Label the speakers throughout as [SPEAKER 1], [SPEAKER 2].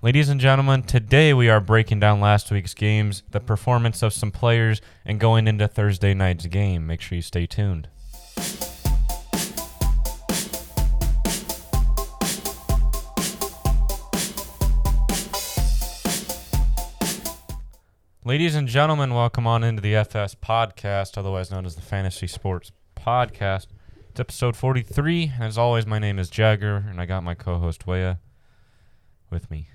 [SPEAKER 1] Ladies and gentlemen, today we are breaking down last week's games, the performance of some players, and going into Thursday night's game. Make sure you stay tuned. Ladies and gentlemen, welcome on into the FS podcast, otherwise known as the Fantasy Sports Podcast. It's episode 43. And as always, my name is Jagger, and I got my co host Weya with me.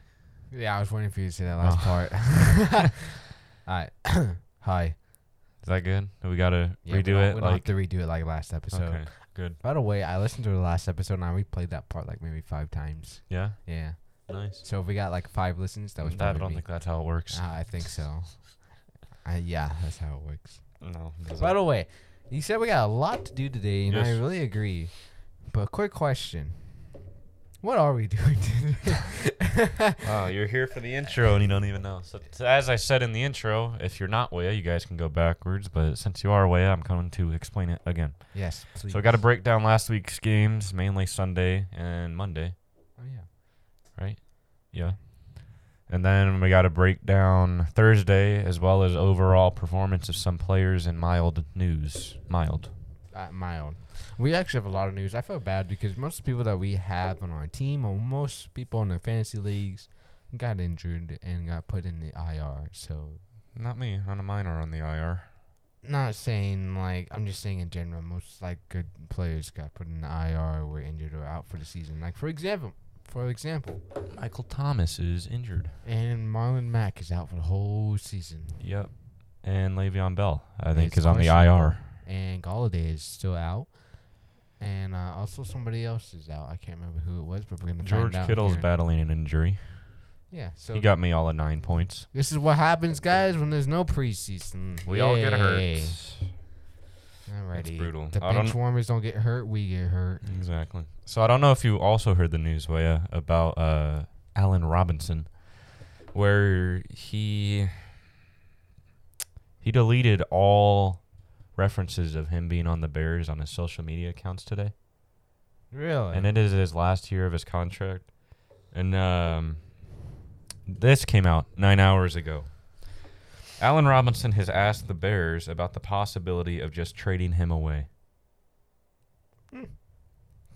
[SPEAKER 2] Yeah, I was waiting for you to say that last
[SPEAKER 1] Oh.
[SPEAKER 2] part. All right. Hi.
[SPEAKER 1] Is that good? Do we got to
[SPEAKER 2] Yeah, we
[SPEAKER 1] redo
[SPEAKER 2] don't-
[SPEAKER 1] it?
[SPEAKER 2] We don't
[SPEAKER 1] like,
[SPEAKER 2] have to redo it like last episode.
[SPEAKER 1] okay, good.
[SPEAKER 2] By the way, I listened to the last episode and I replayed that part like maybe five times.
[SPEAKER 1] Yeah,
[SPEAKER 2] Yeah.
[SPEAKER 1] nice.
[SPEAKER 2] So if we got like five listens, that was
[SPEAKER 1] I
[SPEAKER 2] probably
[SPEAKER 1] don't
[SPEAKER 2] me.
[SPEAKER 1] think that's how it works.
[SPEAKER 2] Uh, I think so. Uh, yeah, that's how it works.
[SPEAKER 1] No. it
[SPEAKER 2] By
[SPEAKER 1] doesn't.
[SPEAKER 2] the way, you said we got a lot to do today, and I
[SPEAKER 1] Yes.
[SPEAKER 2] really agree. But quick question: What are we doing today?
[SPEAKER 1] Wow, you're here for the intro and you don't even know. So, t- as I said in the intro, if you're not Weya, you guys can go backwards. But since you are Weya, I'm coming to explain it again.
[SPEAKER 2] yes. Please.
[SPEAKER 1] So I got to break down last week's games, mainly Sunday and Monday,
[SPEAKER 2] Oh yeah.
[SPEAKER 1] right? Yeah. And then we got to break down Thursday as well as overall performance of some players and mild news. Mild.
[SPEAKER 2] uh, my own. We actually have a lot of news. I feel bad because most people that we have on our team, or most people in the fantasy leagues, got injured and got put in the IR. So,
[SPEAKER 1] Not me. None of mine are on the IR.
[SPEAKER 2] not saying like I'm just saying in general, most like good players got put in the IR, or were injured, or out for the season. Like for example, for example,
[SPEAKER 1] Michael Thomas is injured.
[SPEAKER 2] and Marlon Mack is out for the whole season,
[SPEAKER 1] Yep. And Le'Veon Bell, I think,
[SPEAKER 2] It's
[SPEAKER 1] is on the
[SPEAKER 2] questionable.
[SPEAKER 1] IR.
[SPEAKER 2] and Galladay is still out. And uh, also somebody else is out. I can't remember who it was, but we're gonna
[SPEAKER 1] George
[SPEAKER 2] find out.
[SPEAKER 1] Kittle's
[SPEAKER 2] here.
[SPEAKER 1] battling an injury.
[SPEAKER 2] Yeah, so
[SPEAKER 1] He got me all at nine points.
[SPEAKER 2] This is what happens, guys, when there's no preseason. Yay. Alrighty.
[SPEAKER 1] It's brutal.
[SPEAKER 2] The
[SPEAKER 1] I don't-
[SPEAKER 2] bench warmers don't get hurt. We get hurt.
[SPEAKER 1] Exactly. So I don't know if you also heard the news, Waya, about uh, Allen Robinson, where he he deleted all references of him being on the Bears on his social media accounts today.
[SPEAKER 2] Really?
[SPEAKER 1] and it is his last year of his contract. And um, this came out nine hours ago. Allen Robinson has asked the Bears about the possibility of just trading him away.
[SPEAKER 2] Hmm.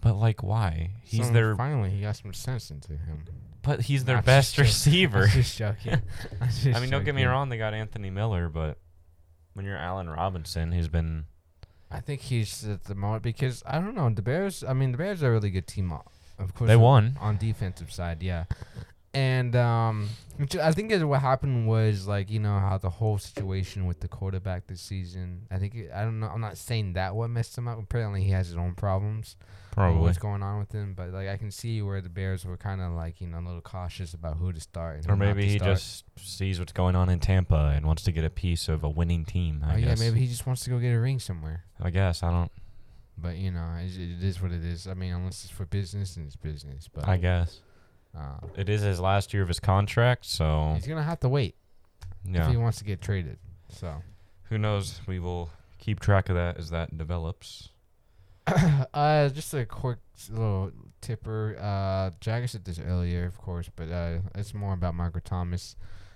[SPEAKER 1] But like, why? He's
[SPEAKER 2] So
[SPEAKER 1] their
[SPEAKER 2] Finally, he got some sense into him.
[SPEAKER 1] but he's their
[SPEAKER 2] I'm
[SPEAKER 1] best
[SPEAKER 2] just joking.
[SPEAKER 1] receiver.
[SPEAKER 2] I'm just joking. I'm just
[SPEAKER 1] I mean, don't get me
[SPEAKER 2] joking.
[SPEAKER 1] wrong; they got Anthony Miller, but when you're Allen Robinson, who's been
[SPEAKER 2] I think he's at the moment because I don't know the Bears. I mean, the Bears are a really good team. o- Of course,
[SPEAKER 1] they
[SPEAKER 2] on-
[SPEAKER 1] won.
[SPEAKER 2] on defensive side, yeah. And um, which I think is what happened was like you know how the whole situation with the quarterback this season. I think it, I don't know. I'm not saying that what messed him up. Apparently, he has his own problems. on
[SPEAKER 1] Probably
[SPEAKER 2] What's going on with him? But like I can see where the Bears were kind of like you know a little cautious about who to start. And who
[SPEAKER 1] Or
[SPEAKER 2] not
[SPEAKER 1] maybe
[SPEAKER 2] to
[SPEAKER 1] he
[SPEAKER 2] start.
[SPEAKER 1] just sees what's going on in Tampa and wants to get a piece of a winning team. I
[SPEAKER 2] Oh yeah,
[SPEAKER 1] guess.
[SPEAKER 2] maybe he just wants to go get a ring somewhere.
[SPEAKER 1] I guess I don't.
[SPEAKER 2] But you know, it, it is what it is. I mean, unless it's for business, and it's business. But
[SPEAKER 1] I guess
[SPEAKER 2] uh,
[SPEAKER 1] it is his last year of his contract, so
[SPEAKER 2] he's gonna have to wait
[SPEAKER 1] Oh.
[SPEAKER 2] if
[SPEAKER 1] yeah.
[SPEAKER 2] he wants to get traded. So.
[SPEAKER 1] Who knows? We will keep track of that as that develops.
[SPEAKER 2] uh, just a quick s- little tipper. Uh, Jagger said this earlier, of course, but uh, it's more about Michael Thomas.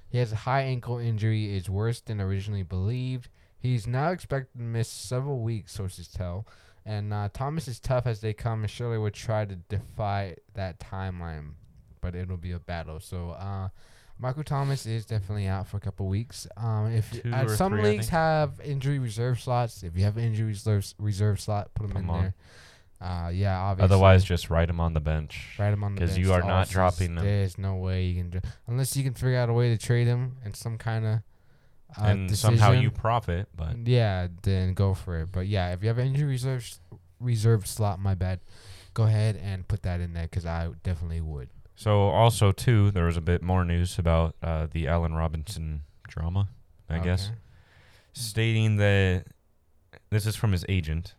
[SPEAKER 2] He has a high ankle injury. It's worse than originally believed. He's now expected to miss several weeks, sources tell. And uh, Thomas is tough as they come, and surely will try to defy that timeline, but it'll be a battle. So, uh, Michael Thomas is definitely out for a couple weeks. Um, if
[SPEAKER 1] Two
[SPEAKER 2] uh,
[SPEAKER 1] or
[SPEAKER 2] some
[SPEAKER 1] three, I
[SPEAKER 2] leagues
[SPEAKER 1] think.
[SPEAKER 2] have injury reserve slots, if you have an injury reserve, reserve slot, put them
[SPEAKER 1] Put
[SPEAKER 2] in
[SPEAKER 1] 'em on.
[SPEAKER 2] there. Uh, yeah, obviously.
[SPEAKER 1] Otherwise, just write him on the bench.
[SPEAKER 2] write him on the
[SPEAKER 1] 'cause
[SPEAKER 2] because
[SPEAKER 1] you are not dropping them.
[SPEAKER 2] There's no way you can, dra- unless you can figure out a way to trade him in some kind of. Uh,
[SPEAKER 1] and somehow you
[SPEAKER 2] decision. Mm.
[SPEAKER 1] profit, but
[SPEAKER 2] Yeah, then go for it. But yeah, if you have an injury reserve s- reserve slot, my bad. Go ahead and put that in there because I definitely would.
[SPEAKER 1] so also too, there was a bit more news about uh, the Allen Robinson drama. I guess
[SPEAKER 2] Okay.
[SPEAKER 1] stating that this is from his agent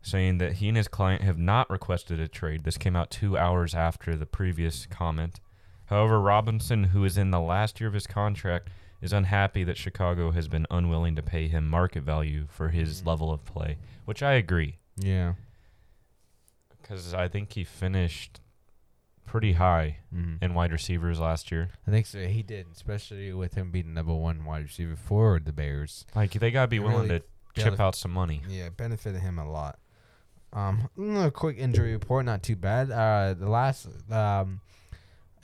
[SPEAKER 1] saying that he and his client have not requested a trade. This came out two hours after the previous comment. However, Robinson, who is in the last year of his contract, is unhappy that Chicago has been unwilling to pay him market value for his
[SPEAKER 2] Mhm.
[SPEAKER 1] level of play, which I agree
[SPEAKER 2] Yeah.
[SPEAKER 1] because I think he finished pretty high
[SPEAKER 2] Mm-hmm.
[SPEAKER 1] in wide receivers last year.
[SPEAKER 2] I think so. He did, especially with him being number one wide receiver for the Bears.
[SPEAKER 1] Like they gotta be
[SPEAKER 2] They
[SPEAKER 1] willing
[SPEAKER 2] really
[SPEAKER 1] to chip
[SPEAKER 2] gotta-
[SPEAKER 1] out some money.
[SPEAKER 2] Yeah, it benefited him a lot. Um, mm, a quick injury report, not too bad. Uh, the last um,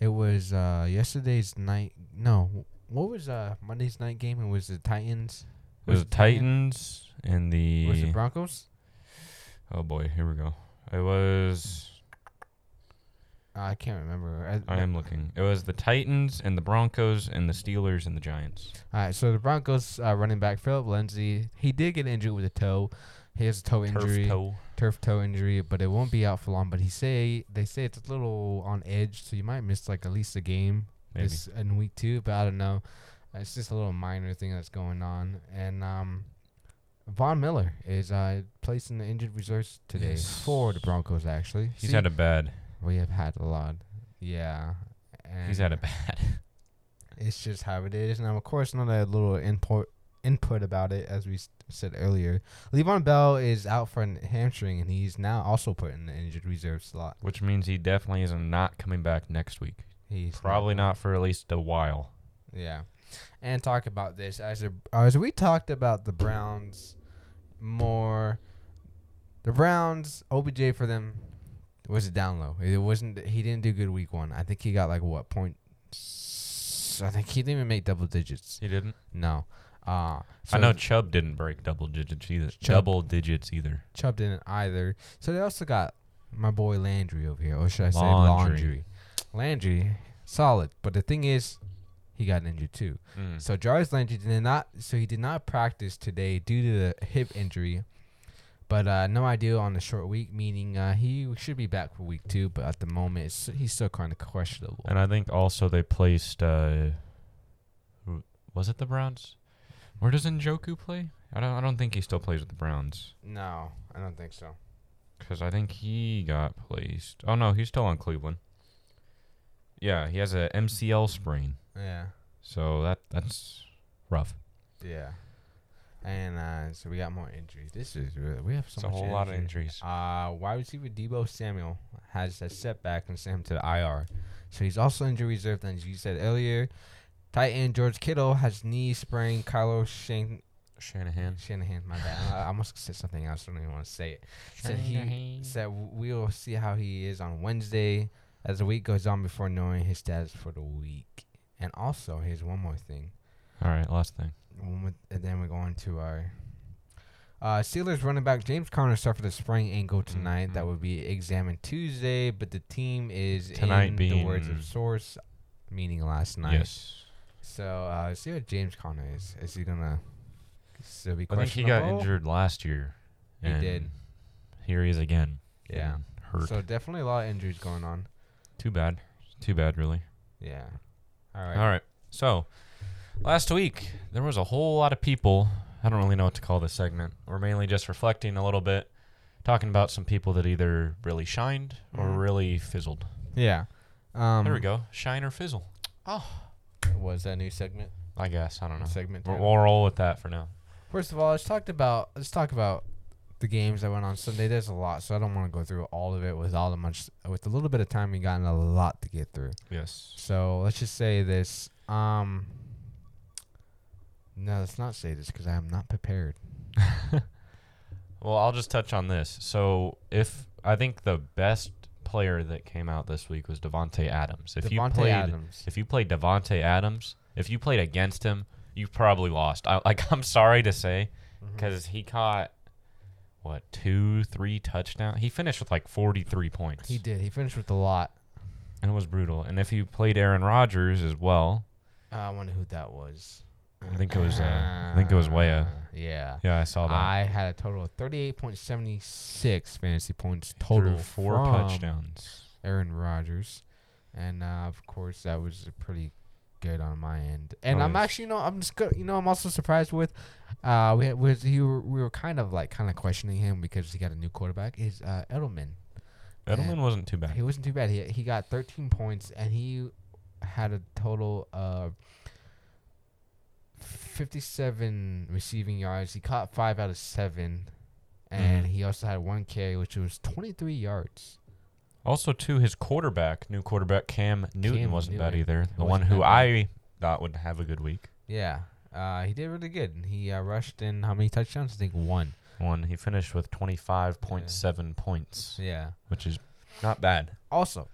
[SPEAKER 2] it was uh yesterday's night. No, what was uh Monday's night game? It was the Titans.
[SPEAKER 1] It was the Titans and
[SPEAKER 2] Titan-
[SPEAKER 1] the
[SPEAKER 2] Was the Broncos?
[SPEAKER 1] oh boy, here we go. It was
[SPEAKER 2] I can't remember. Uh,
[SPEAKER 1] I am looking. It was the Titans and the Broncos and the Steelers and the Giants.
[SPEAKER 2] All right, so the Broncos uh, running back Philip Lindsay, he did get injured with a toe. He has a toe injury,
[SPEAKER 1] Turf toe.
[SPEAKER 2] turf toe injury, but it won't be out for long. But he say they say it's a little on edge, so you might miss like at least a game
[SPEAKER 1] Maybe.
[SPEAKER 2] this in week two. But I don't know. It's just a little minor thing that's going on. And um, Von Miller is uh, placed in the injured reserves today
[SPEAKER 1] Yes.
[SPEAKER 2] for the Broncos. Actually,
[SPEAKER 1] He's
[SPEAKER 2] See,
[SPEAKER 1] had a bad.
[SPEAKER 2] we have had a lot. Yeah,
[SPEAKER 1] He's had
[SPEAKER 2] and-
[SPEAKER 1] a bad.
[SPEAKER 2] it's just how it is. Now, of course, another little input input about it, as we s- said earlier. Le'Veon Bell is out for an hamstring, and he's now also put in the injured reserve slot.
[SPEAKER 1] Which means he definitely is not coming back next week.
[SPEAKER 2] He's
[SPEAKER 1] Probably not for at least a while.
[SPEAKER 2] Yeah, and talk about this as a, as we talked about the Browns more. The Browns OBJ for them was a down low. It wasn't. He didn't do good week one. I think he got like what point. s- I think he didn't even make double digits.
[SPEAKER 1] He didn't.
[SPEAKER 2] No. Uh,
[SPEAKER 1] I know
[SPEAKER 2] so-
[SPEAKER 1] Chubb didn't break double digits either.
[SPEAKER 2] Chubb-
[SPEAKER 1] Double digits either.
[SPEAKER 2] Chubb didn't either. So they also got my boy Landry over here, or should I say Laundry?
[SPEAKER 1] Laundry.
[SPEAKER 2] Landry, solid. But the thing is, he got injured too.
[SPEAKER 1] Hmm.
[SPEAKER 2] So Jarvis Landry did not. So he did not practice today due to the hip injury. But uh, no idea on the short week, meaning uh, he should be back for week two. But at the moment, it's, he's still kind of questionable.
[SPEAKER 1] And I think also they placed. Uh, who- was it the Browns? Where does Njoku play? I don't. I don't think he still plays with the Browns
[SPEAKER 2] No, I don't think so.
[SPEAKER 1] because I think he got placed. Oh no, he's still on Cleveland. Yeah, he has a MCL sprain,
[SPEAKER 2] Yeah.
[SPEAKER 1] so that that's rough.
[SPEAKER 2] Yeah. And uh, so we got more injuries. This is really, we have so
[SPEAKER 1] It's a
[SPEAKER 2] much
[SPEAKER 1] whole lot of
[SPEAKER 2] injury.
[SPEAKER 1] injuries.
[SPEAKER 2] Uh, wide receiver Debo Samuel has a setback and sent him to the IR. So he's also injury reserved, as you said earlier. Tight end George Kittle has knee sprain. Kylo Shan-
[SPEAKER 1] Shanahan.
[SPEAKER 2] Shanahan, my bad. I I almost said something else. I don't even want to say it. Said he
[SPEAKER 1] Shanahan.
[SPEAKER 2] said w- we'll see how he is on Wednesday as the week goes on before knowing his status for the week. And also, here's one more thing.
[SPEAKER 1] All right, last thing.
[SPEAKER 2] One with- and then we're going to our uh, Steelers running back James Conner suffered a sprained ankle tonight that
[SPEAKER 1] Mhm.
[SPEAKER 2] will be examined Tuesday, but the team is
[SPEAKER 1] Tonight
[SPEAKER 2] in the words
[SPEAKER 1] being-
[SPEAKER 2] of source, meaning last night.
[SPEAKER 1] Yes.
[SPEAKER 2] So uh, see what James Conner is. Is he gonna still be
[SPEAKER 1] I think he
[SPEAKER 2] questionable?
[SPEAKER 1] got injured last year.
[SPEAKER 2] He did.
[SPEAKER 1] and Here he is again.
[SPEAKER 2] Yeah.
[SPEAKER 1] getting Hurt.
[SPEAKER 2] So definitely a lot of injuries going on.
[SPEAKER 1] Too bad. Too bad, really.
[SPEAKER 2] Yeah. All
[SPEAKER 1] All
[SPEAKER 2] right.
[SPEAKER 1] right. So, last week, there was a whole lot of people. I don't really know what to call this segment. We're mainly just reflecting a little bit, talking about some people that either really shined or
[SPEAKER 2] Mhm.
[SPEAKER 1] really fizzled.
[SPEAKER 2] Yeah. Um,
[SPEAKER 1] there we go. Shine or fizzle,
[SPEAKER 2] Was that a new segment?
[SPEAKER 1] I guess. I don't know.
[SPEAKER 2] Segment.
[SPEAKER 1] We'll,
[SPEAKER 2] two?
[SPEAKER 1] we'll roll with that for now.
[SPEAKER 2] First of all, let's talk about let's talk about the games that went on Sunday. There's a lot, so I don't want to go through all of it with all the much with a little bit of time. We gotten a lot to get through,
[SPEAKER 1] Yes.
[SPEAKER 2] so let's just say this. Um, no, let's not say this because I am not prepared.
[SPEAKER 1] Well, I'll just touch on this. So, if I think the best player that came out this week was Devonte Adams. If you
[SPEAKER 2] Devontae
[SPEAKER 1] played
[SPEAKER 2] Adams.
[SPEAKER 1] if you played Devonte Adams, if you played against him, you probably lost. I, like I'm sorry to say, because he caught what two, three touchdown. He finished with like 43 points,
[SPEAKER 2] He did. He finished with a lot.
[SPEAKER 1] and it was brutal. And if you played Aaron Rodgers as well,
[SPEAKER 2] Uh, I wonder who that was. Ah,
[SPEAKER 1] I think it was, uh, I think it was Weah.
[SPEAKER 2] Yeah.
[SPEAKER 1] yeah, I saw that.
[SPEAKER 2] I had a total of 38.76 fantasy points
[SPEAKER 1] Threw
[SPEAKER 2] total.
[SPEAKER 1] four
[SPEAKER 2] from
[SPEAKER 1] touchdowns.
[SPEAKER 2] Aaron Rodgers, and uh, of course that was pretty good on my end. And
[SPEAKER 1] Oh,
[SPEAKER 2] I'm
[SPEAKER 1] yes.
[SPEAKER 2] actually, you know, I'm just, go- you know, I'm also surprised with, uh, we had, was he were, we were kind of like kind of questioning him because he got a new quarterback. Is uh, Edelman?
[SPEAKER 1] Edelman wasn't too bad.
[SPEAKER 2] He wasn't too bad. He he got 13 points and he had a total of 57 receiving yards. He caught five out of seven, and
[SPEAKER 1] Mhm.
[SPEAKER 2] Mm-hmm. he also had one carry, which was 23 yards.
[SPEAKER 1] Also, too, his quarterback, new quarterback Cam Newton,
[SPEAKER 2] Cam
[SPEAKER 1] wasn't bad
[SPEAKER 2] Newton.
[SPEAKER 1] either. The
[SPEAKER 2] Wasn't
[SPEAKER 1] one who
[SPEAKER 2] that bad.
[SPEAKER 1] I thought would have a good week.
[SPEAKER 2] Yeah. Uh, he did really good. He uh, rushed in how many touchdowns? I think one.
[SPEAKER 1] One, he finished with 25.7 points,
[SPEAKER 2] Yeah.
[SPEAKER 1] which is not bad.
[SPEAKER 2] Also,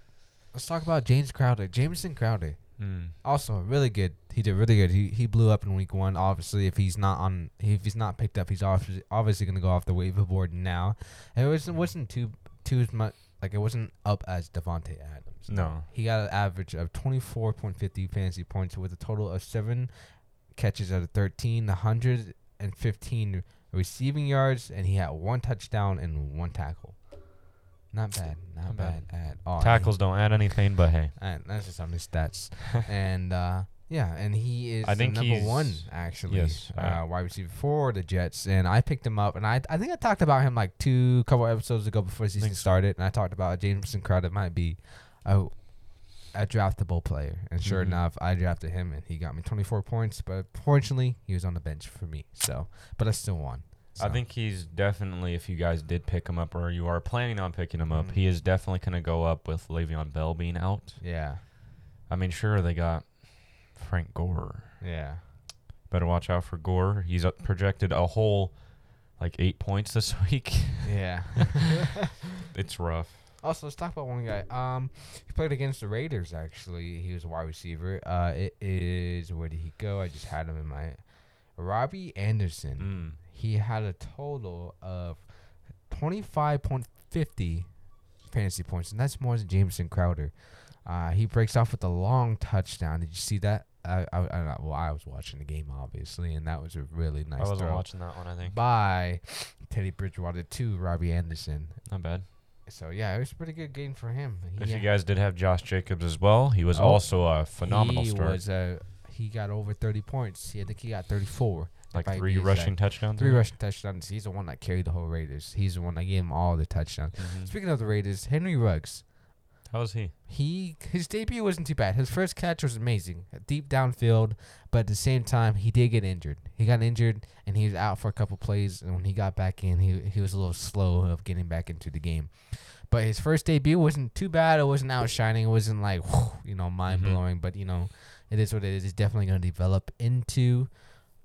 [SPEAKER 2] let's talk about James Crowder. Jameson Crowder.
[SPEAKER 1] Hmm.
[SPEAKER 2] Also, really good. He did really good. He he blew up in week one. Obviously, if he's not on, if he's not picked up, he's obviously obviously gonna go off the waiver board now. And it wasn't wasn't too too as much like it wasn't up as Devonte Adams.
[SPEAKER 1] No.
[SPEAKER 2] He got an average of 24.50 fantasy points with a total of seven catches out of 13, 115 receiving yards, and he had one touchdown and one tackle. Not bad. Not,
[SPEAKER 1] Not
[SPEAKER 2] bad.
[SPEAKER 1] bad.
[SPEAKER 2] at all.
[SPEAKER 1] Tackles don't add anything, but hey.
[SPEAKER 2] And that's just on his stats. and uh, yeah, and he is
[SPEAKER 1] I think
[SPEAKER 2] the number
[SPEAKER 1] he's-
[SPEAKER 2] one actually.
[SPEAKER 1] yes,
[SPEAKER 2] Uh,
[SPEAKER 1] I-
[SPEAKER 2] wide receiver for the Jets, and I picked him up, and I I think I talked about him like two couple episodes ago before the season
[SPEAKER 1] Think so.
[SPEAKER 2] started, and I talked about Jameson Crowder might be a a draftable player, and sure
[SPEAKER 1] Mhm.
[SPEAKER 2] enough, I drafted him, and he got me 24 points, but fortunately, he was on the bench for me, so but I still won.
[SPEAKER 1] I
[SPEAKER 2] so.
[SPEAKER 1] think he's definitely, if you guys did pick him up or you are planning on picking him
[SPEAKER 2] Mhm.
[SPEAKER 1] up, he is definitely going to go up with Le'Veon Bell being out.
[SPEAKER 2] yeah,
[SPEAKER 1] I mean, sure, they got Frank Gore.
[SPEAKER 2] yeah,
[SPEAKER 1] Better watch out for Gore. He's up projected a whole like eight points this week.
[SPEAKER 2] yeah.
[SPEAKER 1] it's rough.
[SPEAKER 2] Also, let's talk about one guy. Um, he played against the Raiders. Actually, he was a wide receiver. Uh, it is where did he go? I just had him in my Robbie Anderson.
[SPEAKER 1] Mm.
[SPEAKER 2] He had a total of twenty five point fifty fantasy points, and that's more than Jameson Crowder. Uh, he breaks off with a long touchdown. Did you see that? I, I, I don't know. well, I was watching the game obviously, and that was a really nice
[SPEAKER 1] I wasn't
[SPEAKER 2] throw
[SPEAKER 1] watching that one. I think
[SPEAKER 2] by Teddy Bridgewater to Robbie Anderson.
[SPEAKER 1] not bad.
[SPEAKER 2] So yeah, it was a pretty good game for him.
[SPEAKER 1] If
[SPEAKER 2] He
[SPEAKER 1] you guys did have Josh Jacobs as well, he was
[SPEAKER 2] Oh.
[SPEAKER 1] also a phenomenal
[SPEAKER 2] he
[SPEAKER 1] start.
[SPEAKER 2] Was uh, he got over 30 points. He, I think he got 34.
[SPEAKER 1] Like
[SPEAKER 2] by
[SPEAKER 1] three
[SPEAKER 2] the exact-
[SPEAKER 1] rushing touchdowns.
[SPEAKER 2] Three rushing touchdowns. He's the one that carried the whole Raiders. He's the one that gave him all the touchdowns.
[SPEAKER 1] Mm-hmm.
[SPEAKER 2] Speaking of the Raiders, Henry Ruggs.
[SPEAKER 1] How is he?
[SPEAKER 2] He his debut wasn't too bad. His first catch was amazing, deep downfield. But at the same time, he did get injured. He got injured and he was out for a couple plays. And when he got back in, he he was a little slow of getting back into the game. But his first debut wasn't too bad. It wasn't outshining. It wasn't like you know mind blowing. But you know, it is what it is. He's definitely going to develop into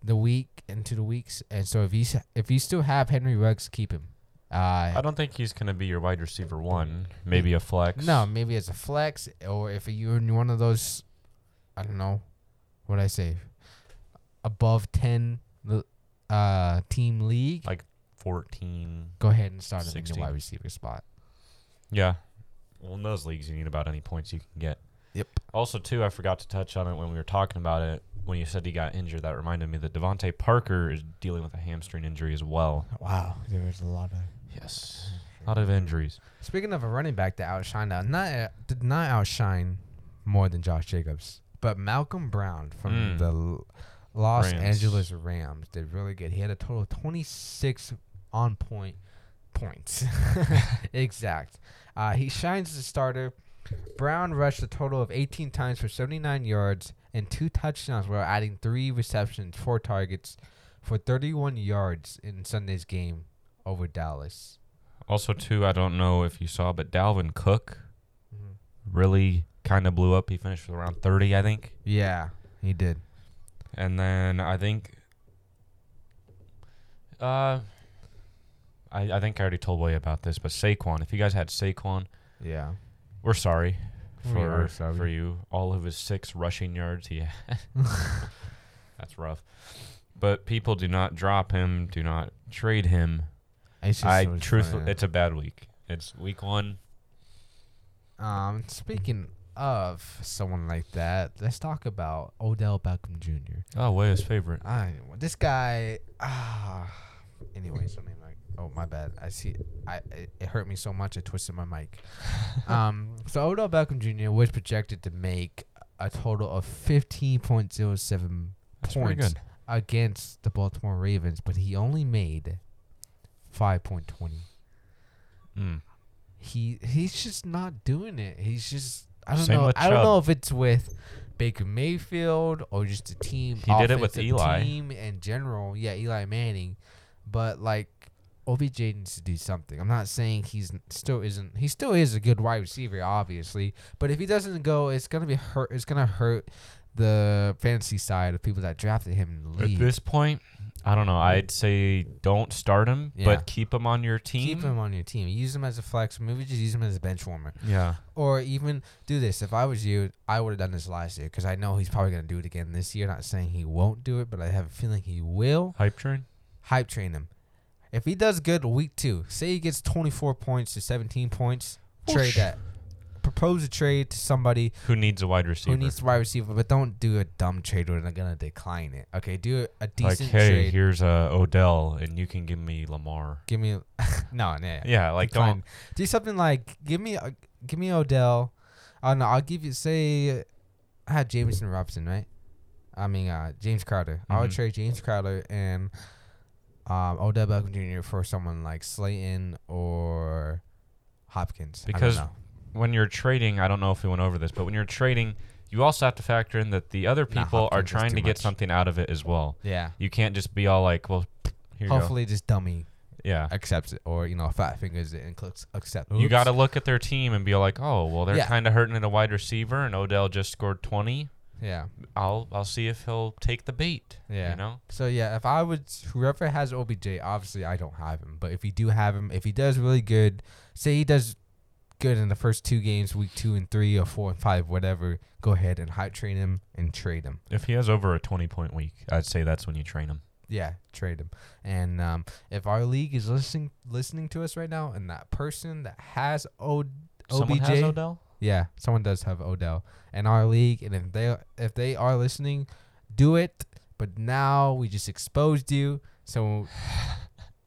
[SPEAKER 2] the week, into the weeks. And so if you if you still have Henry Ruggs, keep him. Uh,
[SPEAKER 1] I don't think he's gonna be your wide receiver one. Maybe a flex.
[SPEAKER 2] no, maybe as a flex, or if you're in one of those, I don't know, what I say, above ten l- uh team league.
[SPEAKER 1] Like- fourteen.
[SPEAKER 2] go ahead and start him in the
[SPEAKER 1] 16.
[SPEAKER 2] wide receiver spot.
[SPEAKER 1] Yeah. Well, in those leagues, you need about any points you can get.
[SPEAKER 2] Yep.
[SPEAKER 1] Also, too, I forgot to touch on it when we were talking about it. When you said he got injured, that reminded me that Devontae Parker is dealing with a hamstring injury as well.
[SPEAKER 2] Wow, there was a lot of.
[SPEAKER 1] Yes. A lot of injuries.
[SPEAKER 2] Speaking of a running back that outshined out, not uh, did not outshine more than Josh Jacobs, but Malcolm Brown from
[SPEAKER 1] Mm.
[SPEAKER 2] the L- Los
[SPEAKER 1] Rams.
[SPEAKER 2] Angeles Rams did really good. He had a total of 26 on point points, exact. Uh, he shines as a starter. Brown rushed a total of 18 times for 79 yards and two touchdowns, while adding three receptions, four targets, for 31 yards in Sunday's game over Dallas.
[SPEAKER 1] Also, too, I don't know if you saw, but Dalvin Cook really kind of blew up. He finished with around 30, I think.
[SPEAKER 2] Yeah, he did.
[SPEAKER 1] And then I think. Uh, I, I think I already told Way about this, but Saquon. If you guys had Saquon,
[SPEAKER 2] Yeah.
[SPEAKER 1] we're sorry
[SPEAKER 2] We
[SPEAKER 1] for
[SPEAKER 2] are sorry.
[SPEAKER 1] for you. All of his six rushing yards he had. That's rough. But people do not drop him. Do not trade him.
[SPEAKER 2] It's just
[SPEAKER 1] I
[SPEAKER 2] so much
[SPEAKER 1] truthfully,
[SPEAKER 2] fun, yeah.
[SPEAKER 1] it's a bad week. It's week one.
[SPEAKER 2] um speaking of someone like that, let's talk about Odell Beckham Jr.
[SPEAKER 1] Oh, way his favorite.
[SPEAKER 2] I this guy. Ah, anyways, I mean, like, oh my bad. I see. I it, it hurt me so much. I twisted my mic. um. So Odell Beckham Jr. was projected to make a total of fifteen point zero seven
[SPEAKER 1] That's pretty
[SPEAKER 2] points
[SPEAKER 1] good.
[SPEAKER 2] against the Baltimore Ravens, but he only made five point twenty.
[SPEAKER 1] Mm.
[SPEAKER 2] he he's just not doing it. He's just I don't
[SPEAKER 1] Same
[SPEAKER 2] know.
[SPEAKER 1] with
[SPEAKER 2] I don't
[SPEAKER 1] Chubb.
[SPEAKER 2] know if it's with Baker Mayfield or just the team.
[SPEAKER 1] He did it with
[SPEAKER 2] offensive
[SPEAKER 1] Eli.
[SPEAKER 2] Team in general, yeah, Eli Manning, but like OBJ needs to do something. I'm not saying he's n- still isn't. He still is a good wide receiver, obviously. But if he doesn't go, it's gonna be hurt. It's gonna hurt the fantasy side of people that drafted him in the
[SPEAKER 1] At
[SPEAKER 2] league.
[SPEAKER 1] this point, I don't know. I'd say don't start him,
[SPEAKER 2] Yeah.
[SPEAKER 1] but keep him on your team.
[SPEAKER 2] Keep him on your team. Use him as a flex. Maybe just use him as a bench warmer,
[SPEAKER 1] Yeah.
[SPEAKER 2] or even do this. If I was you, I would have done this last year because I know he's probably gonna do it again this year. Not saying he won't do it, but I have a feeling he will.
[SPEAKER 1] Hype train.
[SPEAKER 2] hype train him. If he does good week two, say he gets 24 points to 17 points, trade
[SPEAKER 1] Whoosh.
[SPEAKER 2] that. Propose a trade to somebody
[SPEAKER 1] Who needs a wide receiver?
[SPEAKER 2] who needs the wide receiver, but don't do a dumb trade where they're gonna decline it. Okay, do a
[SPEAKER 1] like,
[SPEAKER 2] decent
[SPEAKER 1] hey,
[SPEAKER 2] trade.
[SPEAKER 1] here's uh, Odell, and you can give me Lamar.
[SPEAKER 2] Give me no, nah,
[SPEAKER 1] Yeah, like
[SPEAKER 2] decline. do something like give me uh, give me Odell. I don't know. I'll give you say I had Jameson Robinson, right? I mean uh, James Crowder. I would
[SPEAKER 1] Mhm.
[SPEAKER 2] trade James Crowder and um, Odell Beckham Jr. for someone like Slayton or Hopkins. I don't
[SPEAKER 1] Because
[SPEAKER 2] know.
[SPEAKER 1] don't. When you're trading, I don't know if we went over this, but when you're trading, you also have to factor in that the other
[SPEAKER 2] Nah,
[SPEAKER 1] people are
[SPEAKER 2] Hopkins is
[SPEAKER 1] trying
[SPEAKER 2] too
[SPEAKER 1] to get
[SPEAKER 2] much.
[SPEAKER 1] something out of it as well.
[SPEAKER 2] yeah.
[SPEAKER 1] You can't just be all like, well, here you
[SPEAKER 2] Hopefully this dummy
[SPEAKER 1] go. Yeah.
[SPEAKER 2] accepts it, or you know, fat fingers it and clicks accept.
[SPEAKER 1] You
[SPEAKER 2] Oops.
[SPEAKER 1] got to look at their team and be like, oh, well, they're
[SPEAKER 2] Yeah.
[SPEAKER 1] kind of hurting at a wide receiver, and Odell just scored 20.
[SPEAKER 2] yeah.
[SPEAKER 1] I'll I'll see if he'll take the bait.
[SPEAKER 2] Yeah.
[SPEAKER 1] You know?
[SPEAKER 2] So yeah, if I would, whoever has OBJ, obviously I don't have him. But if you do have him, if he does really good, say he does good in the first two games, week two and three, or four and five, whatever, go ahead and hype train him and trade him.
[SPEAKER 1] If he has over a 20 point week, I'd say that's when you train him.
[SPEAKER 2] Yeah, trade him. And um, if our league is listening listening to us right now, and that person that has o-
[SPEAKER 1] Someone
[SPEAKER 2] OBJ,
[SPEAKER 1] has Odell?
[SPEAKER 2] yeah, someone does have Odell in our league, and if they if they are listening, do it. But now we just exposed you, so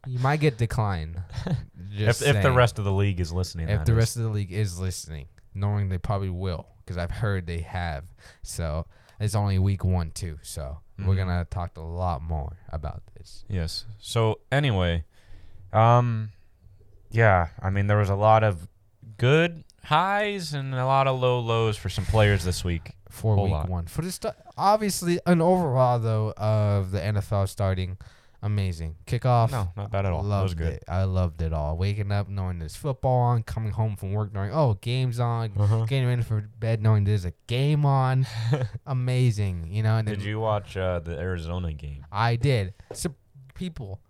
[SPEAKER 2] you might get declined.
[SPEAKER 1] If,
[SPEAKER 2] Just
[SPEAKER 1] if the
[SPEAKER 2] saying.
[SPEAKER 1] rest of the league is listening,
[SPEAKER 2] if
[SPEAKER 1] that
[SPEAKER 2] the
[SPEAKER 1] is.
[SPEAKER 2] rest of the league is listening, knowing they probably will, because I've heard they have. So it's only week one too. So we're
[SPEAKER 1] Mhm.
[SPEAKER 2] gonna talk a lot more about this.
[SPEAKER 1] Yes. So anyway, um, yeah. I mean, there was a lot of good highs and a lot of low lows for some players this week.
[SPEAKER 2] for
[SPEAKER 1] Whole
[SPEAKER 2] week
[SPEAKER 1] lot.
[SPEAKER 2] one. For the st- obviously an overall though of the NFL starting, amazing kickoff.
[SPEAKER 1] No, not bad at all. That was
[SPEAKER 2] Loved
[SPEAKER 1] good.
[SPEAKER 2] it. I loved it all. Waking up knowing there's football on, coming home from work knowing oh games on,
[SPEAKER 1] Uh-huh.
[SPEAKER 2] getting ready for bed knowing there's a game on. Amazing, you know. And
[SPEAKER 1] Did
[SPEAKER 2] then
[SPEAKER 1] you watch uh, the Arizona game?
[SPEAKER 2] I did. So people,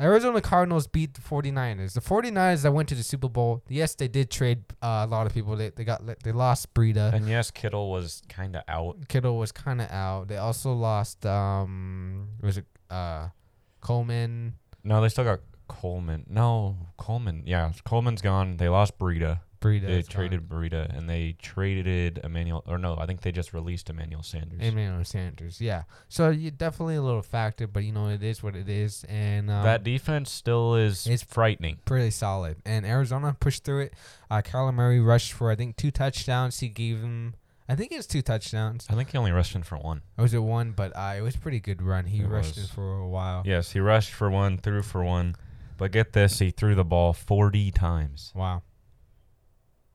[SPEAKER 2] Arizona Cardinals beat the 49ers. The 49ers that went to the Super Bowl. Yes, they did trade uh, a lot of people. They they got they lost Breida.
[SPEAKER 1] And yes, Kittle was kind of out.
[SPEAKER 2] Kittle was kind of out. They also lost um was it uh Coleman.
[SPEAKER 1] No, they still got Coleman. No, Coleman. Yeah, Coleman's gone. They lost Breida.
[SPEAKER 2] Breida.
[SPEAKER 1] they
[SPEAKER 2] is gone.
[SPEAKER 1] traded Burita and they traded Emmanuel or no, I think they just released Emmanuel Sanders.
[SPEAKER 2] Emmanuel Sanders. Yeah. So you definitely a little factor, but you know it is what it is, and um,
[SPEAKER 1] that defense still is
[SPEAKER 2] It's-
[SPEAKER 1] frightening.
[SPEAKER 2] pretty solid. And Arizona pushed through it. Uh, Kyler Murray rushed for I think two touchdowns. He gave him. I think it was two touchdowns.
[SPEAKER 1] I think he only rushed in for one.
[SPEAKER 2] Or was it one? But uh, it was a pretty good run. He
[SPEAKER 1] It
[SPEAKER 2] rushed in
[SPEAKER 1] was.
[SPEAKER 2] for a while.
[SPEAKER 1] Yes, he rushed for one, threw for one. But get this, he threw the ball 40 times.
[SPEAKER 2] Wow.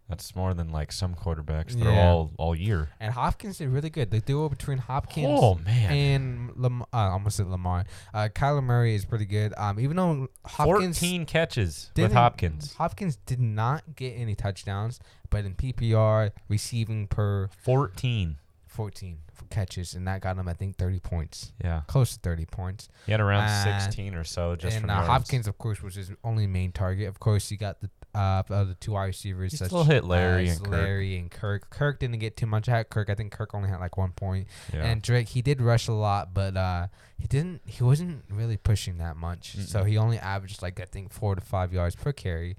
[SPEAKER 1] That's more than like some quarterbacks throw
[SPEAKER 2] Yeah.
[SPEAKER 1] all all year.
[SPEAKER 2] And Hopkins did really good. The duo between Hopkins.
[SPEAKER 1] Oh man.
[SPEAKER 2] And Lam- uh, I almost said Lamar. Uh, Kyler Murray is pretty good. Um, even though Hopkins
[SPEAKER 1] 14 catches with
[SPEAKER 2] didn't-
[SPEAKER 1] Hopkins.
[SPEAKER 2] Hopkins did not get any touchdowns, but in PPR receiving per
[SPEAKER 1] 14.
[SPEAKER 2] 14 f- catches, and that got him I think 30 points,
[SPEAKER 1] Yeah.
[SPEAKER 2] close to 30 points.
[SPEAKER 1] He had around
[SPEAKER 2] Uh,
[SPEAKER 1] 16 or so just
[SPEAKER 2] and
[SPEAKER 1] from
[SPEAKER 2] uh,
[SPEAKER 1] yards.
[SPEAKER 2] Hopkins, of course, was his only main target. Of course, he got the uh of the two wide receivers.
[SPEAKER 1] He
[SPEAKER 2] such
[SPEAKER 1] still hit Larry
[SPEAKER 2] as
[SPEAKER 1] and Kirk.
[SPEAKER 2] Larry and Kirk. Kirk didn't get too much. I had Kirk. I think Kirk only had like one point.
[SPEAKER 1] Yeah.
[SPEAKER 2] And Drake, he did rush a lot, but uh, he didn't. He wasn't really pushing that much, so
[SPEAKER 1] Mm-mm.
[SPEAKER 2] he only averaged like I think four to five yards per carry,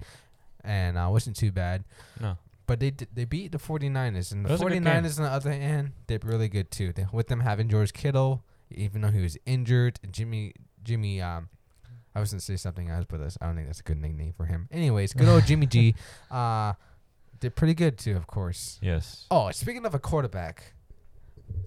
[SPEAKER 2] and uh, wasn't too bad.
[SPEAKER 1] no.
[SPEAKER 2] But they did, they beat the 49ers, and
[SPEAKER 1] That
[SPEAKER 2] the
[SPEAKER 1] was a good game.
[SPEAKER 2] 49ers on the other hand did really good too. They, with them having George Kittle, even though he was injured, Jimmy Jimmy um. I was gonna say something else, but that's, I don't think that's a good nickname for him. Anyways, good old Jimmy G, uh, did pretty good too, of course.
[SPEAKER 1] Yes.
[SPEAKER 2] Oh, speaking of a quarterback,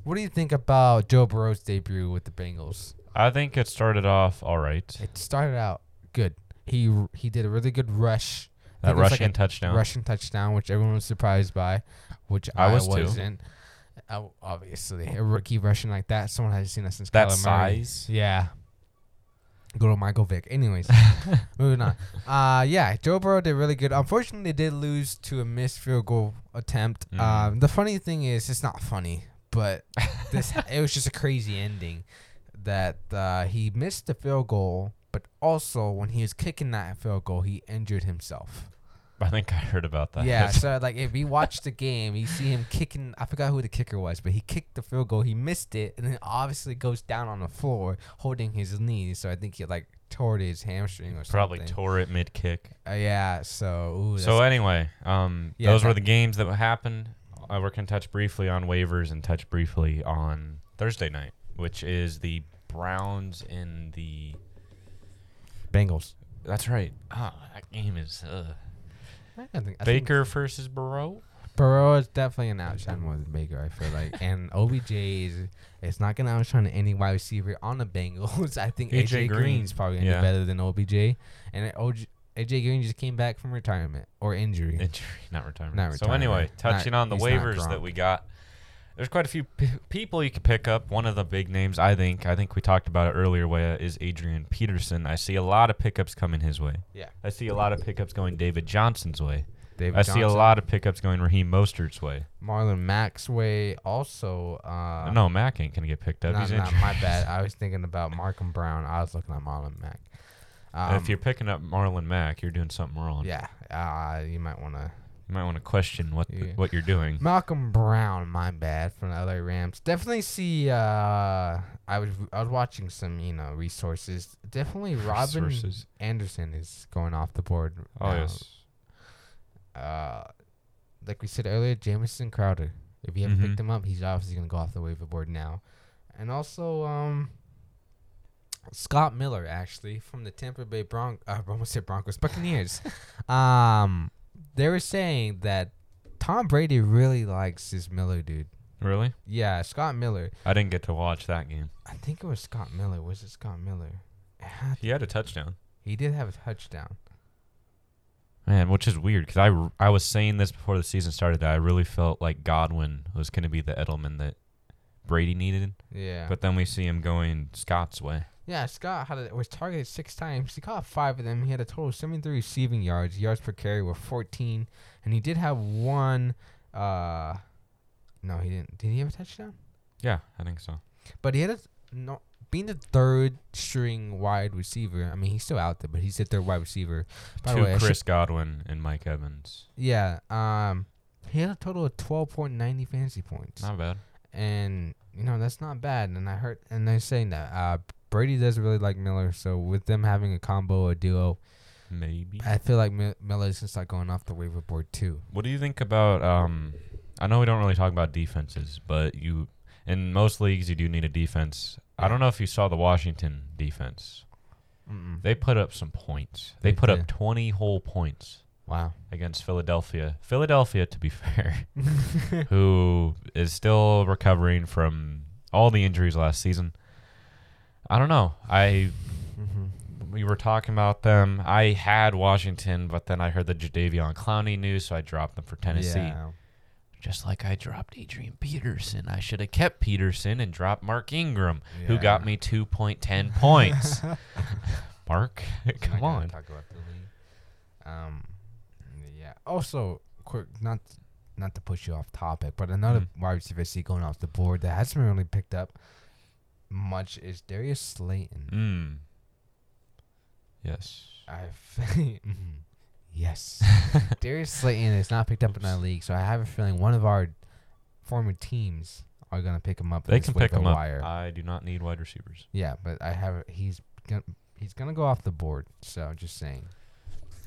[SPEAKER 2] what do you think about Joe Burrow's debut with the Bengals?
[SPEAKER 1] I think it started off all right.
[SPEAKER 2] It started out good. He he did a really good rush.
[SPEAKER 1] That
[SPEAKER 2] I think it was like
[SPEAKER 1] rushing
[SPEAKER 2] a
[SPEAKER 1] touchdown.
[SPEAKER 2] rushing touchdown, which everyone was surprised by, which
[SPEAKER 1] I
[SPEAKER 2] I,
[SPEAKER 1] was too.
[SPEAKER 2] wasn't. I w- obviously, a rookie rushing like that, someone hasn't seen that since
[SPEAKER 1] that
[SPEAKER 2] Kyler Murray.
[SPEAKER 1] size.
[SPEAKER 2] Yeah, Go to Michael Vick. Anyways, moving on. Uh, yeah, Joe Burrow did really good. Unfortunately, they did lose to a missed field goal attempt.
[SPEAKER 1] Mm.
[SPEAKER 2] Um, the funny thing is, it's not funny, but this it was just a crazy ending that uh, he missed the field goal, but also when he was kicking that field goal, he injured himself.
[SPEAKER 1] I think I heard about that.
[SPEAKER 2] Yeah, so like if you watch the game, you see him kicking. I forgot who the kicker was, but he kicked the field goal. He missed it, and then obviously goes down on the floor holding his knee. So I think he like tore his hamstring or
[SPEAKER 1] Probably
[SPEAKER 2] something.
[SPEAKER 1] tore it mid kick.
[SPEAKER 2] Uh, yeah. So ooh, that's,
[SPEAKER 1] So anyway, um,
[SPEAKER 2] Yeah,
[SPEAKER 1] those were
[SPEAKER 2] that-
[SPEAKER 1] the games that happened. Uh, we're gonna touch briefly on waivers and touch briefly on Thursday night, which is the Browns and the. uh,
[SPEAKER 2] Bengals.
[SPEAKER 1] That's right. Ah, that game is uh,
[SPEAKER 2] I don't think, I think
[SPEAKER 1] Baker versus Burrow.
[SPEAKER 2] Burrow is definitely an outshine more than Baker. I feel like, and OBJ is it's not gonna outshine any wide receiver on the Bengals. I think
[SPEAKER 1] AJ
[SPEAKER 2] AJ,
[SPEAKER 1] Green.
[SPEAKER 2] Green's probably gonna
[SPEAKER 1] Yeah.
[SPEAKER 2] be better than OBJ, and then OJ, AJ Green just came back from retirement or injury.
[SPEAKER 1] Injury, not retirement.
[SPEAKER 2] Not
[SPEAKER 1] So anyway,
[SPEAKER 2] retirement.
[SPEAKER 1] touching
[SPEAKER 2] Not-
[SPEAKER 1] on the
[SPEAKER 2] he's not
[SPEAKER 1] waivers that
[SPEAKER 2] drunk.
[SPEAKER 1] we got, there's quite a few p- people you could pick up. One of the big names, I think, I think we talked about it earlier, Wea, is Adrian Peterson. I see a lot of pickups coming his way.
[SPEAKER 2] Yeah.
[SPEAKER 1] I see a lot of pickups going David Johnson's way.
[SPEAKER 2] David
[SPEAKER 1] I see a
[SPEAKER 2] Johnson.
[SPEAKER 1] lot of pickups going Raheem Mostert's way.
[SPEAKER 2] Marlon Mack's way also. Uh,
[SPEAKER 1] no, Mack ain't gonna get picked up.
[SPEAKER 2] not,
[SPEAKER 1] He's
[SPEAKER 2] not
[SPEAKER 1] injured.
[SPEAKER 2] my bad. I was thinking about Markham Brown. I was looking at Marlon Mack. Um,
[SPEAKER 1] if you're picking up Marlon Mack, you're doing something wrong.
[SPEAKER 2] yeah, uh, you might want to
[SPEAKER 1] You might want to question what the,
[SPEAKER 2] Yeah.
[SPEAKER 1] what you're doing.
[SPEAKER 2] Malcolm Brown. My bad from the LA Rams. Definitely see. Uh, I was I was watching some you know resources. Definitely Robin
[SPEAKER 1] Resources.
[SPEAKER 2] Anderson is going off the board.
[SPEAKER 1] Oh
[SPEAKER 2] now.
[SPEAKER 1] yes.
[SPEAKER 2] Uh, like we said earlier, Jamison Crowder. If you haven't
[SPEAKER 1] Mhm.
[SPEAKER 2] picked him up, he's obviously gonna go off the waiver board now. And also, um, Scott Miller actually from the Tampa Bay Bron uh, I almost said Broncos Buccaneers. um, they were saying that Tom Brady really likes this Miller dude.
[SPEAKER 1] Really?
[SPEAKER 2] Yeah, Scott Miller.
[SPEAKER 1] I didn't get to watch that game.
[SPEAKER 2] I think it was Scott Miller. Was it Scott Miller?
[SPEAKER 1] He had a touchdown.
[SPEAKER 2] He did have a touchdown.
[SPEAKER 1] Man, which is weird because I, r- I was saying this before the season started that I really felt like Godwin was going to be the Edelman that Brady needed,
[SPEAKER 2] Yeah.
[SPEAKER 1] but then we see him going Scott's way.
[SPEAKER 2] Yeah, Scott had a, was targeted six times. He caught five of them. He had a total of 73 receiving yards. Yards per carry were 14, and he did have one. Uh, no, he didn't. Did he have a touchdown?
[SPEAKER 1] Yeah, I think so.
[SPEAKER 2] But he had a no. Being the third string wide receiver, I mean he's still out there, but he's the third wide receiver. By the
[SPEAKER 1] to
[SPEAKER 2] way, I should-
[SPEAKER 1] Chris Godwin and Mike Evans.
[SPEAKER 2] yeah, um, he had a total of 12.90 fantasy points.
[SPEAKER 1] Not bad.
[SPEAKER 2] and you know that's not bad. And I heard, and they're saying that uh, Brady does really like Miller. So with them having a combo, a duo,
[SPEAKER 1] Maybe.
[SPEAKER 2] I feel like Mi- Miller's gonna start going off the waiver board too.
[SPEAKER 1] What do you think about? Um, I know we don't really talk about defenses, but you in most leagues you do need a defense. I don't know if you saw the Washington defense.
[SPEAKER 2] Mm-mm.
[SPEAKER 1] They put up some points. They
[SPEAKER 2] They
[SPEAKER 1] put up
[SPEAKER 2] did.
[SPEAKER 1] 20 whole points
[SPEAKER 2] Wow.
[SPEAKER 1] against Philadelphia. Philadelphia, to be fair, who is still recovering from all the injuries last season. I don't know. I
[SPEAKER 2] Mm-hmm.
[SPEAKER 1] we were talking about them. I had Washington, but then I heard the Jadavion Clowney news, so I dropped them for Tennessee. Just like I dropped Adrian Peterson, I should have kept Peterson and dropped Mark Ingram, who got me 2.10 points. Mark, come on.
[SPEAKER 2] Talk about the league. Um, yeah. Also, quick, not not to push you off topic, but another
[SPEAKER 1] Mm.
[SPEAKER 2] wide receiver I see going off the board that hasn't really picked up much is Darius Slayton.
[SPEAKER 1] Mm. Yes.
[SPEAKER 2] I f- Mhm. yes. Darius Slayton is not picked up in our league, so I have a feeling one of our former teams are gonna pick him up.
[SPEAKER 1] They
[SPEAKER 2] this
[SPEAKER 1] can pick
[SPEAKER 2] waiver
[SPEAKER 1] him up.
[SPEAKER 2] wire.
[SPEAKER 1] I do not need wide receivers.
[SPEAKER 2] Yeah, but I have he's gonna he's gonna go off the board. So just saying,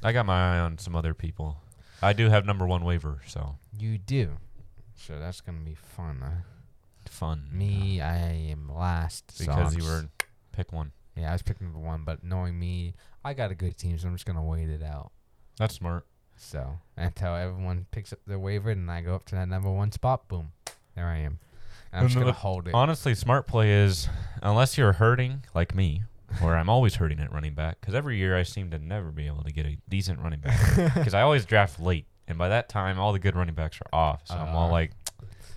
[SPEAKER 1] I got my eye on some other people. I do have number one waiver, so
[SPEAKER 2] you do. So that's gonna be fun. Huh?
[SPEAKER 1] fun.
[SPEAKER 2] Me, I am last. so
[SPEAKER 1] because
[SPEAKER 2] I'm
[SPEAKER 1] you
[SPEAKER 2] s-
[SPEAKER 1] were pick one.
[SPEAKER 2] yeah, I was picking number one, but knowing me, I got a good team, so I'm just gonna wait it out.
[SPEAKER 1] That's smart.
[SPEAKER 2] So until everyone picks up their waiver and I go up to that number one spot, boom, there I am. And I'm
[SPEAKER 1] And
[SPEAKER 2] just gonna
[SPEAKER 1] the-
[SPEAKER 2] hold it.
[SPEAKER 1] Honestly, smart play is unless you're hurting like me, or I'm always hurting at running back. Because every year I seem to never be able to get a decent running back. Because I always draft late, and by that time all the good running backs are off. So I'm all
[SPEAKER 2] Uh.
[SPEAKER 1] like,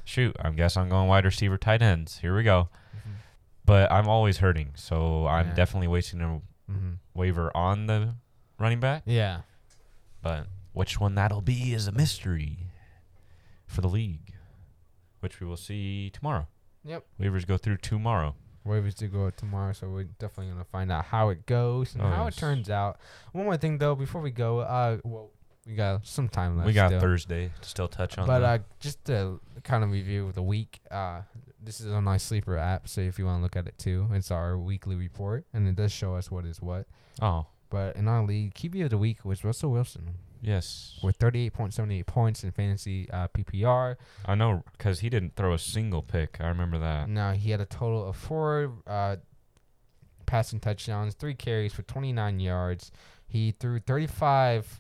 [SPEAKER 1] shoot, I guess I'm going wide receiver, tight ends. Here we go. But I'm always hurting, so I'm
[SPEAKER 2] Yeah.
[SPEAKER 1] definitely wasting a
[SPEAKER 2] Mm-hmm.
[SPEAKER 1] waiver on the running back,
[SPEAKER 2] Yeah.
[SPEAKER 1] but which one that'll be is a mystery for the league, which we will see tomorrow.
[SPEAKER 2] Yep.
[SPEAKER 1] Waivers go through tomorrow.
[SPEAKER 2] waivers do go out tomorrow, so we're definitely gonna find out how it goes and
[SPEAKER 1] Oh,
[SPEAKER 2] how
[SPEAKER 1] yes.
[SPEAKER 2] it turns out. One more thing though, before we go, uh, well, we got some time left.
[SPEAKER 1] we got
[SPEAKER 2] still.
[SPEAKER 1] Thursday to still touch on
[SPEAKER 2] But
[SPEAKER 1] that.
[SPEAKER 2] uh, just to kind of review the week, uh, this is on my sleeper app, so if you want to look at it too, it's our weekly report, and it does show us what is what.
[SPEAKER 1] oh,
[SPEAKER 2] But in our league, QB of the week was Russell Wilson
[SPEAKER 1] yes.
[SPEAKER 2] with 38.78 points in fantasy uh, PPR.
[SPEAKER 1] I know because he didn't throw a single pick. I remember that.
[SPEAKER 2] No, he had a total of four uh, passing touchdowns, three carries for 29 yards. He threw 35.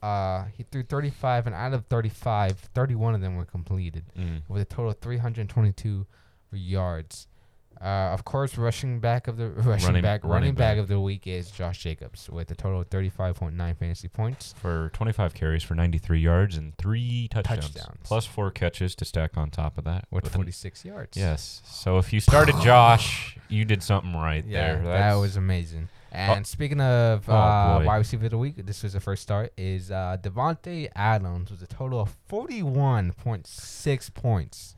[SPEAKER 2] Uh, he threw 35, and out of 35, 31 of them were completed,
[SPEAKER 1] Mm.
[SPEAKER 2] with a total of 322 yards. Uh, of course, rushing back of the rushing
[SPEAKER 1] Running-
[SPEAKER 2] back running,
[SPEAKER 1] running
[SPEAKER 2] back
[SPEAKER 1] back.
[SPEAKER 2] of the week is Josh Jacobs with a total of 35.9 fantasy points.
[SPEAKER 1] For 25 carries for 93 yards and three touchdowns,
[SPEAKER 2] Touchdowns.
[SPEAKER 1] plus four catches to stack on top of that.
[SPEAKER 2] With
[SPEAKER 1] with an-
[SPEAKER 2] 46 yards.
[SPEAKER 1] Yes. So if you started Josh, you did something right
[SPEAKER 2] Yeah,
[SPEAKER 1] there.
[SPEAKER 2] that
[SPEAKER 1] That's-
[SPEAKER 2] was amazing. And speaking of
[SPEAKER 1] Oh,
[SPEAKER 2] uh,
[SPEAKER 1] boy.
[SPEAKER 2] wide receiver of the week, this was the first start. Is uh, Devonte Adams with a total of forty-one point six points.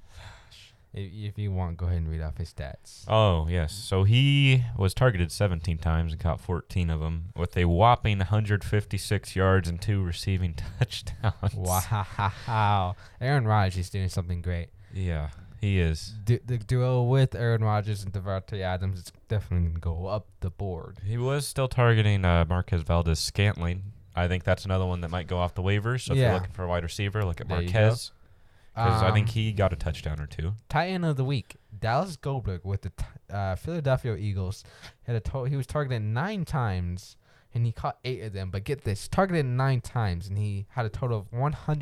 [SPEAKER 2] If, if you want, go ahead and read off his stats.
[SPEAKER 1] Oh, yes. So he was targeted 17 times and caught 14 of them with a whopping 156 yards and two receiving touchdowns.
[SPEAKER 2] Wow, Aaron Rodgers is doing something great.
[SPEAKER 1] Yeah, he is.
[SPEAKER 2] Du- the duo with Aaron Rodgers and Devontae Adams is definitely gonna go up the board.
[SPEAKER 1] He was still targeting uh, Marquez Valdez Scantling. I think that's another one that might go off the waivers. So if
[SPEAKER 2] Yeah.
[SPEAKER 1] you're looking for a wide receiver, look at
[SPEAKER 2] There you go.
[SPEAKER 1] Marquez. Because I think
[SPEAKER 2] Um,
[SPEAKER 1] he got a touchdown or two.
[SPEAKER 2] Tight end of the week, Dallas Goldberg with the t- uh, Philadelphia Eagles had a to- he was targeted nine times and he caught eight of them. But get this, targeted nine times and he had a total of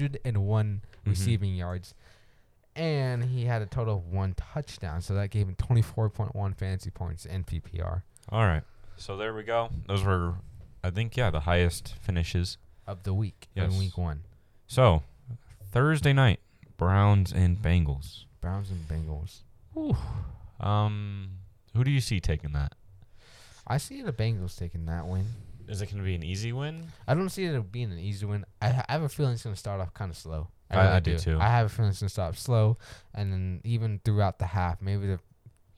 [SPEAKER 2] 101
[SPEAKER 1] Mhm.
[SPEAKER 2] receiving yards, and he had a total of one touchdown. So that gave him 24.1 fantasy points in PPR
[SPEAKER 1] All right. So there we go. Those were, I think, yeah, the highest finishes.
[SPEAKER 2] of the week in
[SPEAKER 1] Yes.
[SPEAKER 2] week one.
[SPEAKER 1] So Thursday night, Browns and Bengals.
[SPEAKER 2] Browns and Bengals.
[SPEAKER 1] Um, who do you see taking that?
[SPEAKER 2] I see the Bengals taking that win.
[SPEAKER 1] Is it going to be an easy win?
[SPEAKER 2] I don't see it being an easy win. I, I have a feeling it's gonna start off kind of slow.
[SPEAKER 1] I-
[SPEAKER 2] really
[SPEAKER 1] I do too.
[SPEAKER 2] I have a feeling it's gonna start off slow, and then even throughout the half, maybe the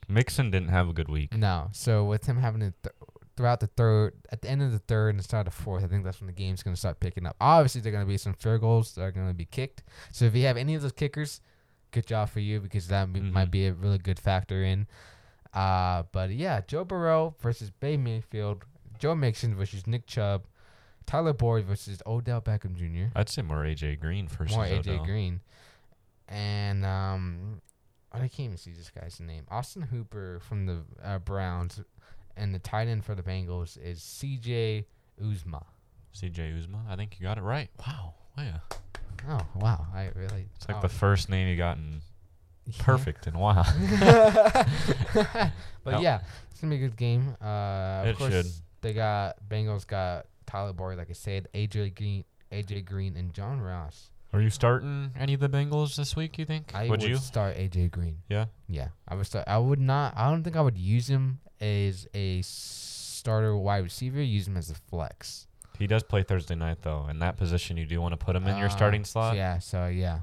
[SPEAKER 1] Mixon didn't have a good week.
[SPEAKER 2] no. So with him having it th- throughout the third, at the end of the third and the start of the fourth, I think that's when the game's gonna start picking up. Obviously, there are gonna be some fair goals that are gonna be kicked. So if you have any of those kickers, good job for you because that m-
[SPEAKER 1] Mhm.
[SPEAKER 2] might be a really good factor in. Uh, but yeah, Joe Burrow versus Bay Mayfield, Joe Mixon versus Nick Chubb, Tyler Boyd versus Odell Beckham Jr.
[SPEAKER 1] I'd say more AJ Green versus
[SPEAKER 2] More AJ
[SPEAKER 1] Odell.
[SPEAKER 2] Green. And um I can't even see this guy's name. Austin Hooper from the uh, Browns and the tight end for the Bengals is CJ Uzma.
[SPEAKER 1] CJ Uzma. I think you got it right. Wow. Yeah.
[SPEAKER 2] Oh, wow. I really
[SPEAKER 1] It's like
[SPEAKER 2] oh,
[SPEAKER 1] the first name you got in
[SPEAKER 2] yeah.
[SPEAKER 1] perfect and wow.
[SPEAKER 2] but
[SPEAKER 1] Oh.
[SPEAKER 2] yeah, it's going to be a good game. Uh of
[SPEAKER 1] It
[SPEAKER 2] course
[SPEAKER 1] should.
[SPEAKER 2] they got Bengals got Tyler Boyd like I said, AJ Green, AJ Green and John Ross.
[SPEAKER 1] Are you starting any of the Bengals this week, you think?
[SPEAKER 2] I
[SPEAKER 1] would, you?
[SPEAKER 2] start AJ Green.
[SPEAKER 1] Yeah.
[SPEAKER 2] Yeah, I would start. I would not. I don't think I would use him as a starter wide receiver. Use him as a flex.
[SPEAKER 1] He does play Thursday night, though. In that position, you do want to put him in
[SPEAKER 2] Uh,
[SPEAKER 1] your starting slot?
[SPEAKER 2] Yeah. So yeah,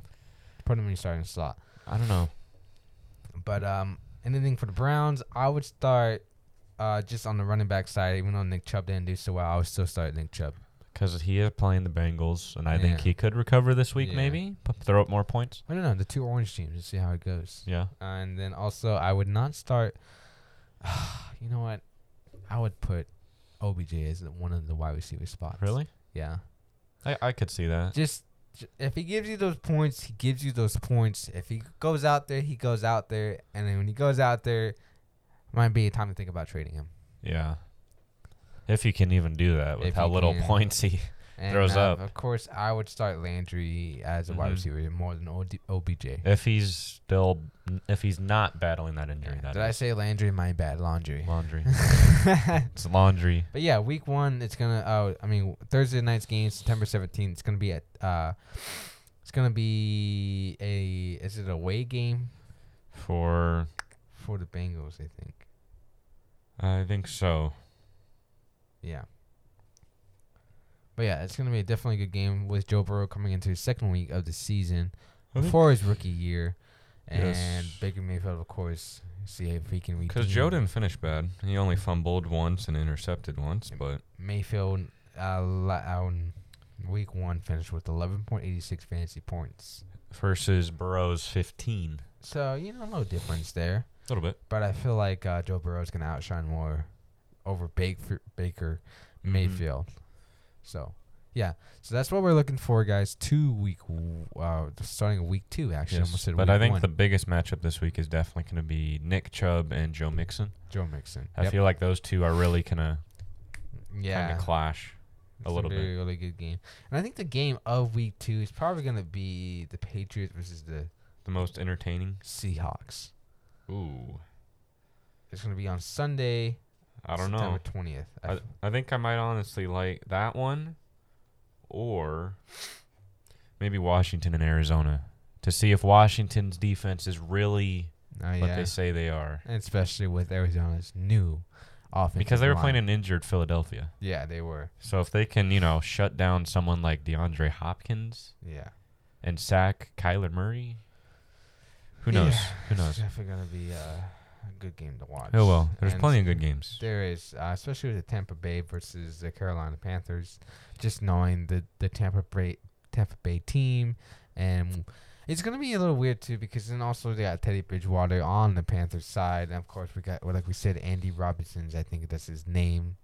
[SPEAKER 2] put him in your starting slot.
[SPEAKER 1] I don't know.
[SPEAKER 2] But um, anything for the Browns, I would start. Uh, just on the running back side, even though Nick Chubb didn't do so well, I would still start Nick Chubb.
[SPEAKER 1] Because he is playing the Bengals, and I think
[SPEAKER 2] Yeah.
[SPEAKER 1] he could recover this week,
[SPEAKER 2] Yeah.
[SPEAKER 1] maybe. P- throw up more points.
[SPEAKER 2] I don't know the two orange teams to see how it goes.
[SPEAKER 1] Yeah.
[SPEAKER 2] And then also, I would not start. you know what? I would put OBJ as the- one of the wide receiver spots.
[SPEAKER 1] Really?
[SPEAKER 2] Yeah.
[SPEAKER 1] I, I could see that.
[SPEAKER 2] just j- if he gives you those points, he gives you those points. If he goes out there, he goes out there, and then when he goes out there, might be a time to think about trading him.
[SPEAKER 1] Yeah. If you can even do that with
[SPEAKER 2] If
[SPEAKER 1] how
[SPEAKER 2] you
[SPEAKER 1] little
[SPEAKER 2] can.
[SPEAKER 1] points he.
[SPEAKER 2] And,
[SPEAKER 1] Throws
[SPEAKER 2] uh,
[SPEAKER 1] up.
[SPEAKER 2] Of course, I would start Landry as a wide
[SPEAKER 1] Mhm.
[SPEAKER 2] receiver more than OD- OBJ.
[SPEAKER 1] If he's still. If he's not battling that injury, that
[SPEAKER 2] Did I
[SPEAKER 1] is.
[SPEAKER 2] say Landry? My bad, Landry.
[SPEAKER 1] laundry.
[SPEAKER 2] but
[SPEAKER 1] it's laundry.
[SPEAKER 2] yeah, week one, it's gonna. Oh, I mean Thursday night's game, September seventeenth. It's gonna be at. Uh, it's gonna be a. Is it a away game
[SPEAKER 1] For.
[SPEAKER 2] for the Bengals? I think.
[SPEAKER 1] I think so.
[SPEAKER 2] Yeah. But yeah, it's gonna be a definitely good game with Joe Burrow coming into his second week of the season
[SPEAKER 1] I think-
[SPEAKER 2] before his rookie year, and
[SPEAKER 1] Yes.
[SPEAKER 2] Baker Mayfield, of course, see if he can
[SPEAKER 1] Because
[SPEAKER 2] redeem.
[SPEAKER 1] Joe didn't finish bad. He only fumbled once and intercepted once, but
[SPEAKER 2] Mayfield uh, la- on week one finished with 11.86 fantasy points.
[SPEAKER 1] versus Burrow's 15.
[SPEAKER 2] So you know, no difference there.
[SPEAKER 1] A little bit.
[SPEAKER 2] But I feel like uh, Joe Burrow's gonna outshine more over Baker, Baker
[SPEAKER 1] Mhm.
[SPEAKER 2] Mayfield. So yeah, so that's what we're looking for, guys. Two week, w- uh, starting week two actually.
[SPEAKER 1] Yes,
[SPEAKER 2] almost said
[SPEAKER 1] but
[SPEAKER 2] week
[SPEAKER 1] I think
[SPEAKER 2] one.
[SPEAKER 1] the biggest matchup this week is definitely going to be Nick Chubb and Joe Mixon.
[SPEAKER 2] Joe Mixon.
[SPEAKER 1] I feel like those two are really going to kind
[SPEAKER 2] yeah,
[SPEAKER 1] of clash.
[SPEAKER 2] it's
[SPEAKER 1] little
[SPEAKER 2] really, really good game. And I think the game of week two is probably gonna be the Patriots versus the
[SPEAKER 1] The most entertaining.
[SPEAKER 2] Seahawks.
[SPEAKER 1] Ooh.
[SPEAKER 2] It's gonna be on Sunday.
[SPEAKER 1] I don't know.
[SPEAKER 2] September twentieth. oh,
[SPEAKER 1] I, I think I might honestly like that one or maybe Washington and Arizona to see if Washington's defense is really
[SPEAKER 2] Oh
[SPEAKER 1] what
[SPEAKER 2] yeah,
[SPEAKER 1] they say they are.
[SPEAKER 2] and especially with Arizona's new offense.
[SPEAKER 1] Because they were playing an injured Philadelphia.
[SPEAKER 2] Yeah, they were.
[SPEAKER 1] So if they can, you know, shut down someone like DeAndre Hopkins
[SPEAKER 2] Yeah.
[SPEAKER 1] and sack Kyler Murray, who knows?
[SPEAKER 2] Yeah,
[SPEAKER 1] Who knows?
[SPEAKER 2] It's definitely gonna be uh, a good game to watch.
[SPEAKER 1] Oh well, there's
[SPEAKER 2] And
[SPEAKER 1] plenty of good games.
[SPEAKER 2] There is, uh, especially with the Tampa Bay versus the Carolina Panthers. Just knowing the the Tampa Bay Tampa Bay team, and it's gonna be a little weird too because then also they got Teddy Bridgewater on the Panthers side, and of course we got well, like we said Andy Robinson's. I think that's his name.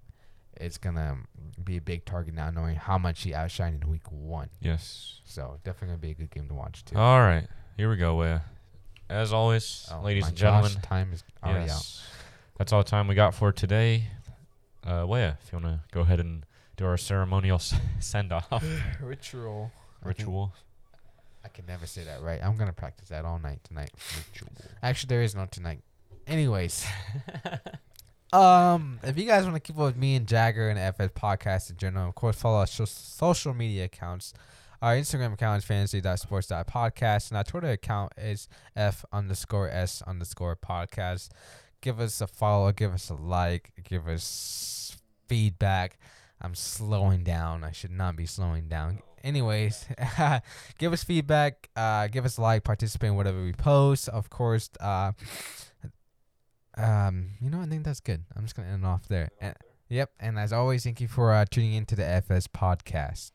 [SPEAKER 2] It's gonna be a big target now, knowing how much he outshined in Week One.
[SPEAKER 1] Yes.
[SPEAKER 2] So definitely gonna be a good game to watch too.
[SPEAKER 1] All right, here we go. Uh, as always,
[SPEAKER 2] Oh
[SPEAKER 1] ladies
[SPEAKER 2] my
[SPEAKER 1] and gentlemen,
[SPEAKER 2] gosh, time is already out.
[SPEAKER 1] yes, that's all the time we got for today. Uh, Leia, if you want to go ahead and do our ceremonial send off
[SPEAKER 2] Ritual.
[SPEAKER 1] ritual.
[SPEAKER 2] I can never say that right. I'm gonna practice that all night tonight. Actually, there is no tonight. Anyways, um, if you guys want to keep up with me and Jagger and FS podcast in general, of course, follow our so- social media accounts. Our Instagram account is fantasy.sports.podcast, and our Twitter account is f underscore s underscore podcast. Give us a follow, give us a like, give us feedback. I'm slowing down. I should not be slowing down. Anyways, give us feedback, uh, give us a like, participate in whatever we post. Of course, uh, um, you know, I think that's good. I'm just gonna end off there. And, yep, and as always, thank you for uh, tuning into the FS podcast.